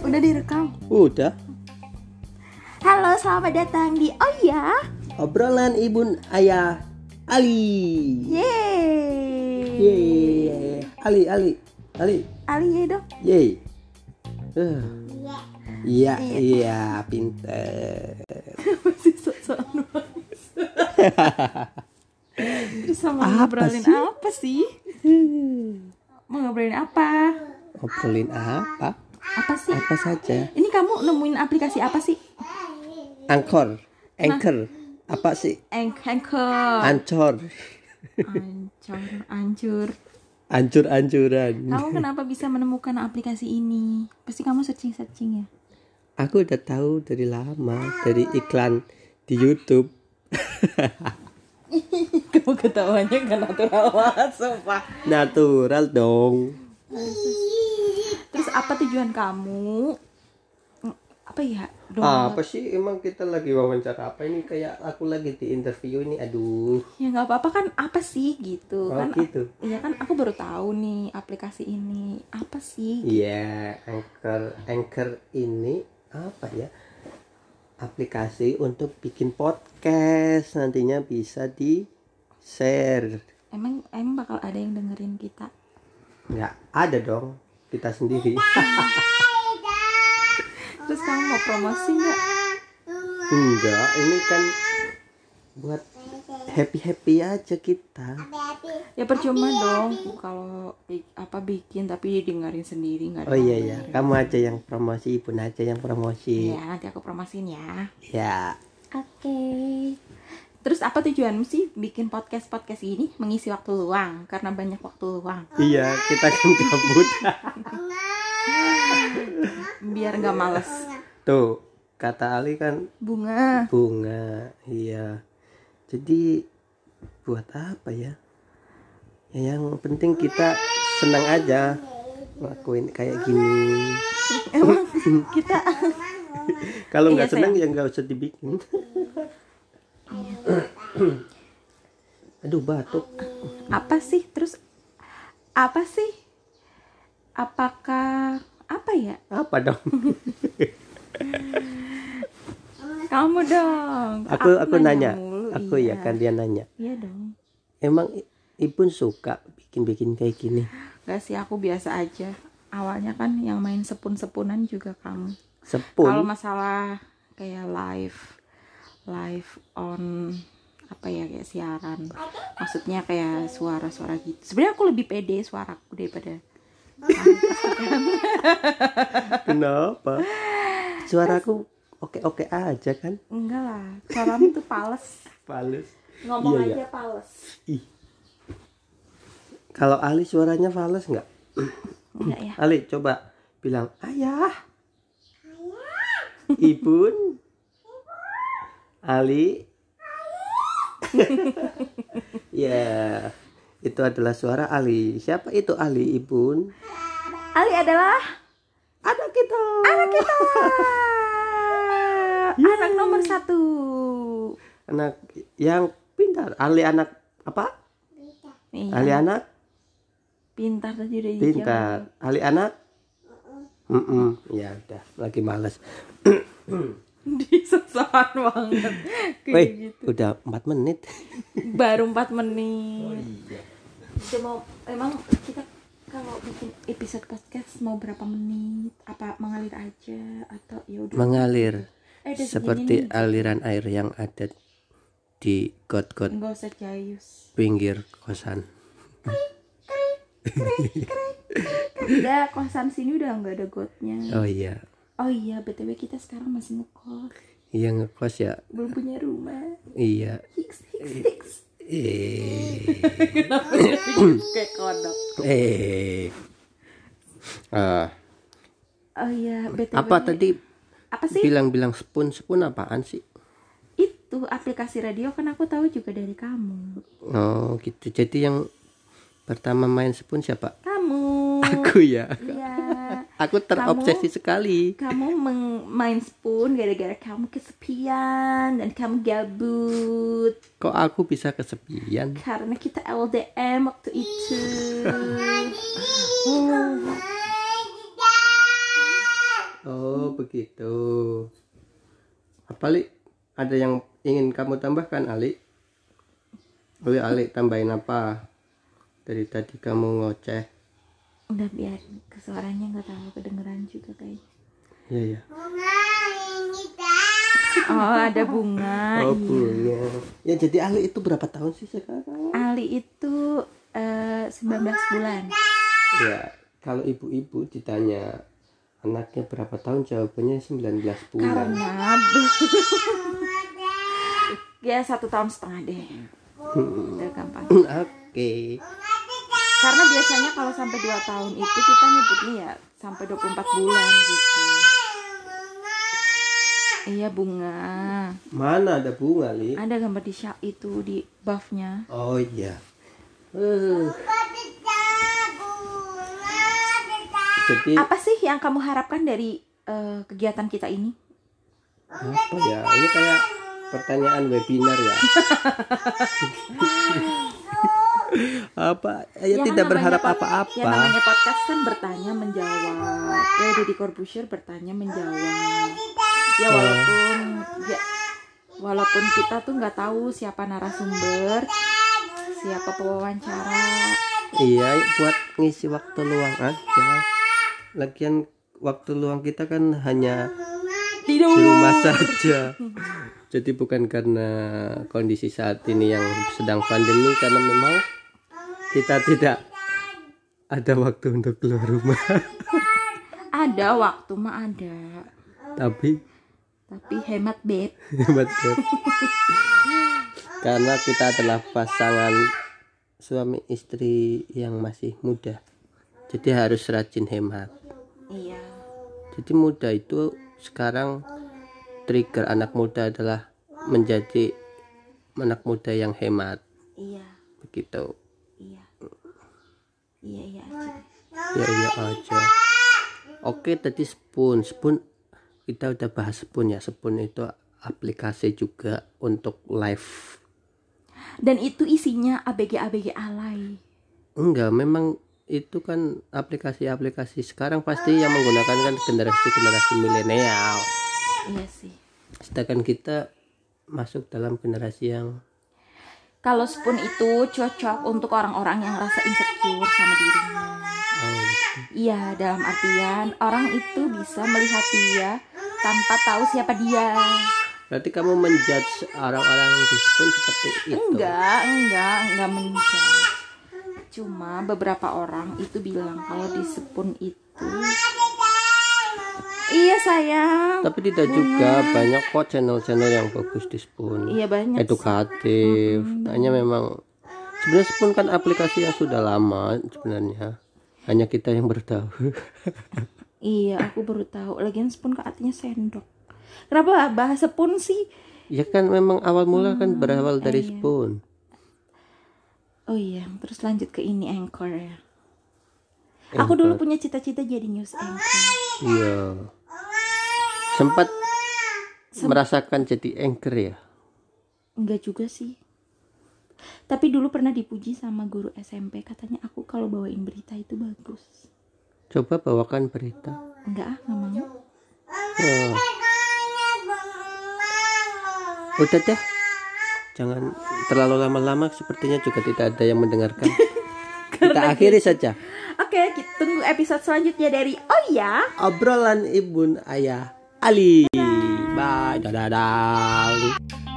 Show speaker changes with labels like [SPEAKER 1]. [SPEAKER 1] Udah direkam.
[SPEAKER 2] Udah,
[SPEAKER 1] Halo, selamat datang di Oh ya.
[SPEAKER 2] obrolan ibun ayah Ali.
[SPEAKER 1] Yeay.
[SPEAKER 2] Yeay, Ali, Ali, Ali,
[SPEAKER 1] Ali yeay ya, dong.
[SPEAKER 2] yeay. Eh. Iya, iya, pinter.
[SPEAKER 1] Masih sok-sokan banget. Bisa mau ngobrolin apa sih? Mau ngobrolin apa?
[SPEAKER 2] Ngobrolin apa?
[SPEAKER 1] Apa sih?
[SPEAKER 2] Apa saja?
[SPEAKER 1] Ini kamu nemuin aplikasi apa sih?
[SPEAKER 2] Angkor, anchor, apa sih?
[SPEAKER 1] Ang- Anchor.
[SPEAKER 2] Ancor,
[SPEAKER 1] Ancur, ancur.
[SPEAKER 2] ancur-ancuran.
[SPEAKER 1] Kamu kenapa bisa menemukan aplikasi ini? Pasti kamu searching-searching ya.
[SPEAKER 2] Aku udah tahu dari lama dari iklan di YouTube.
[SPEAKER 1] Kamu ketawanya kan natural banget, sumpah.
[SPEAKER 2] Natural dong.
[SPEAKER 1] Terus apa tujuan kamu? Mm, Apa ya? Download.
[SPEAKER 2] Apa sih emang kita lagi wawancara apa ini kayak aku lagi di interview ini aduh.
[SPEAKER 1] Ya nggak apa-apa kan apa sih gitu
[SPEAKER 2] Oh,
[SPEAKER 1] kan?
[SPEAKER 2] gitu.
[SPEAKER 1] Iya kan aku baru tahu nih aplikasi ini apa sih?
[SPEAKER 2] Iya, Anchor Anchor ini apa ya? Aplikasi untuk bikin podcast nantinya bisa di share.
[SPEAKER 1] Emang emang bakal ada yang dengerin kita?
[SPEAKER 2] Nggak ada dong kita sendiri.
[SPEAKER 1] Terus kamu mau promosi nggak?
[SPEAKER 2] Enggak, ini kan buat happy-happy aja kita.
[SPEAKER 1] Ya percuma dong kalau bi- apa bikin tapi dengerin sendiri nggak?
[SPEAKER 2] Oh iya ya, kamu aja yang promosi, Ibu aja yang promosi.
[SPEAKER 1] Ya nanti aku promosiin ya.
[SPEAKER 2] Ya,
[SPEAKER 1] Oke. Terus apa tujuanmu sih bikin podcast podcast ini mengisi waktu luang karena banyak waktu luang
[SPEAKER 2] iya kita kan gabut.
[SPEAKER 1] biar nggak males
[SPEAKER 2] Tuh, kata Ali kan
[SPEAKER 1] bunga
[SPEAKER 2] bunga. Iya. Jadi buat apa ya? Ya yang penting kita senang aja ngelakuin kayak gini.
[SPEAKER 1] emang kita
[SPEAKER 2] Kalau nggak
[SPEAKER 1] Iya,
[SPEAKER 2] senang ya nggak usah dibikin. Aduh batuk.
[SPEAKER 1] apa sih terus apa sih apakah apa ya
[SPEAKER 2] Apa dong?
[SPEAKER 1] kamu dong
[SPEAKER 2] Aku aku nanya.
[SPEAKER 1] mulu,
[SPEAKER 2] Aku ya kan dia nanya.
[SPEAKER 1] iya dong
[SPEAKER 2] Emang I- Ipun suka bikin-bikin kayak gini?
[SPEAKER 1] Gak sih aku biasa aja awalnya kan yang main sepun-sepunan juga kamu kalau
[SPEAKER 2] Sepul.
[SPEAKER 1] masalah kayak live live on apa ya kayak siaran maksudnya kayak suara-suara gitu sebenarnya aku lebih pede suaraku daripada
[SPEAKER 2] Kenapa? Suaraku oke-oke aja kan?
[SPEAKER 1] enggak lah suaramu tuh pales
[SPEAKER 2] Fales.
[SPEAKER 1] ngomong aja
[SPEAKER 2] Iya,
[SPEAKER 1] pales
[SPEAKER 2] Ih. Kalau Ali suaranya fales nggak?
[SPEAKER 1] enggak ya
[SPEAKER 2] Ali coba bilang ayah. Ibun. Ali. ya. Itu adalah suara Ali. Siapa itu Ali Ibun?
[SPEAKER 1] Ali adalah
[SPEAKER 2] Ada kita.
[SPEAKER 1] anak kita anak Iya, nomor satu
[SPEAKER 2] Ya. Anak yang pintar. Ali anak apa?
[SPEAKER 1] Iya,
[SPEAKER 2] Ali anak
[SPEAKER 1] pintar tadi udah dijawab.
[SPEAKER 2] pintar. Ali anak. Mm-mm. Ya udah, lagi males.
[SPEAKER 1] disesahan banget kayak
[SPEAKER 2] Wih,
[SPEAKER 1] gitu
[SPEAKER 2] udah 4 menit.
[SPEAKER 1] baru 4
[SPEAKER 2] Oh,
[SPEAKER 1] menit
[SPEAKER 2] iya.
[SPEAKER 1] Kita mau emang kita kalau bikin episode podcast mau berapa menit apa mengalir aja atau ya udah
[SPEAKER 2] Mengalir
[SPEAKER 1] eh udah
[SPEAKER 2] seperti aliran air yang ada di
[SPEAKER 1] segini.
[SPEAKER 2] got-got
[SPEAKER 1] nggak usah jayus
[SPEAKER 2] pinggir kosan.
[SPEAKER 1] udah kosan sini udah nggak ada gotnya
[SPEAKER 2] Oh iya,
[SPEAKER 1] oh iya btw kita sekarang masih ngekos
[SPEAKER 2] iya ngekos ya.
[SPEAKER 1] belum punya rumah
[SPEAKER 2] Iya.
[SPEAKER 1] hiks hiks hiks
[SPEAKER 2] Eh.
[SPEAKER 1] kenapa jadi kayak kodok
[SPEAKER 2] eh. Ah,
[SPEAKER 1] oh iya btw
[SPEAKER 2] apa tadi
[SPEAKER 1] apa sih
[SPEAKER 2] bilang-bilang spoon spoon apaan sih?
[SPEAKER 1] itu aplikasi radio kan aku tahu juga dari kamu
[SPEAKER 2] Oh, gitu. Jadi yang pertama main spoon siapa?
[SPEAKER 1] kamu
[SPEAKER 2] Aku ya.
[SPEAKER 1] iya
[SPEAKER 2] Aku terobsesi sekali.
[SPEAKER 1] Kamu meng- main spoon gara-gara kamu kesepian dan kamu gabut
[SPEAKER 2] Kok aku bisa kesepian?
[SPEAKER 1] karena kita LDM waktu itu.
[SPEAKER 2] Oh, begitu. Apa, Li? Ada yang ingin kamu tambahkan, Ali? Boleh, Ali, tambahin apa? Dari tadi kamu ngoceh.
[SPEAKER 1] Udah biar ke suaranya nggak terlalu kedengeran juga kayaknya.
[SPEAKER 2] Iya, iya.
[SPEAKER 1] Oh ada bunga.
[SPEAKER 2] Oh,
[SPEAKER 1] iya.
[SPEAKER 2] bunga. Ya, jadi Ali itu berapa tahun sih sekarang?
[SPEAKER 1] Ali itu eh, 19 bulan.
[SPEAKER 2] Ya, kalau ibu-ibu ditanya anaknya berapa tahun, jawabannya 19 bulan.
[SPEAKER 1] Karena belum. ya satu tahun setengah deh. Udah gampang.
[SPEAKER 2] Oke.
[SPEAKER 1] Karena biasanya kalau sampai 2 tahun itu kita nyebutnya ya sampai 24 bulan gitu. Iya bunga.
[SPEAKER 2] Mana ada bunga, Li?
[SPEAKER 1] Ada gambar di syak itu di buffnya.
[SPEAKER 2] Oh, iya.
[SPEAKER 1] Uh.
[SPEAKER 2] Eh, jadi
[SPEAKER 1] Apa sih yang kamu harapkan dari eh, kegiatan kita ini?
[SPEAKER 2] apa ya ini kayak pertanyaan webinar ya apa ya,
[SPEAKER 1] Ya kan
[SPEAKER 2] tidak
[SPEAKER 1] namanya
[SPEAKER 2] berharap
[SPEAKER 1] pod- Ya
[SPEAKER 2] apa-apa
[SPEAKER 1] namanya podcast kan bertanya menjawab. Ya Deddy Corbuzier bertanya menjawab. Ya walaupun ya, walaupun kita tuh nggak tahu siapa narasumber, siapa pewawancara.
[SPEAKER 2] iya buat ngisi waktu luang aja lagian waktu luang kita kan hanya
[SPEAKER 1] Tidur.
[SPEAKER 2] di rumah saja jadi bukan karena kondisi saat ini yang sedang pandemi karena memang kita tidak ada waktu untuk keluar rumah
[SPEAKER 1] Ada waktu mah ada,
[SPEAKER 2] tapi
[SPEAKER 1] tapi hemat beb.
[SPEAKER 2] Hebat Beb. Karena kita adalah pasangan suami istri yang masih muda. Jadi harus rajin hemat.
[SPEAKER 1] Iya.
[SPEAKER 2] Jadi muda itu sekarang trigger anak muda adalah menjadi anak muda yang hemat.
[SPEAKER 1] Iya.
[SPEAKER 2] Begitu.
[SPEAKER 1] Iya. Iya iya aja.
[SPEAKER 2] Ya iya aja. Oke, tadi Spoon. Spoon kita udah bahas Spoon ya. Spoon itu aplikasi juga untuk live
[SPEAKER 1] Dan itu isinya ABG ABG alay.
[SPEAKER 2] Enggak, memang itu kan aplikasi-aplikasi sekarang pasti yang menggunakan kan generasi-generasi milenial.
[SPEAKER 1] Iya sih.
[SPEAKER 2] Sedangkan kita masuk dalam generasi yang
[SPEAKER 1] Kalau spoon itu cocok untuk orang-orang yang rasa insecure sama dirinya.
[SPEAKER 2] oh,
[SPEAKER 1] Iya, dalam artian orang itu bisa melihat dia tanpa tahu siapa dia.
[SPEAKER 2] berarti kamu menjudge orang-orang yang dispon seperti itu.
[SPEAKER 1] Enggak, enggak, enggak menjudge. Cuma beberapa orang itu bilang kalau di spoon itu Iya sayang.
[SPEAKER 2] Tapi tidak juga banyak kok channel-channel yang bagus di Spoon.
[SPEAKER 1] Iya banyak.
[SPEAKER 2] Edukatif. Hanya memang sebenarnya Spoon kan aplikasi yang sudah lama sebenarnya. Hanya kita yang bertahu.
[SPEAKER 1] Iya, aku baru tahu. Lagian spoon ke artinya sendok. Kenapa bahasa spoon sih?
[SPEAKER 2] Ya kan memang awal mula kan berawal dari spoon.
[SPEAKER 1] Oh iya, terus lanjut ke ini anchor ya. Aku dulu punya cita-cita jadi news anchor.
[SPEAKER 2] Iya. Sempat merasakan jadi anchor ya.
[SPEAKER 1] Enggak juga sih. Tapi dulu pernah dipuji sama guru SMP katanya aku kalau bawain berita itu bagus.
[SPEAKER 2] Coba bawakan berita.
[SPEAKER 1] Enggak ah, nggak mau.
[SPEAKER 2] Oh. Udah deh. Jangan terlalu lama-lama sepertinya juga tidak ada yang mendengarkan. Kita akhiri saja.
[SPEAKER 1] Oke, kita tunggu episode selanjutnya dari Oh ya.
[SPEAKER 2] Obrolan Ibun Ayah Ali. Bye. Dadah.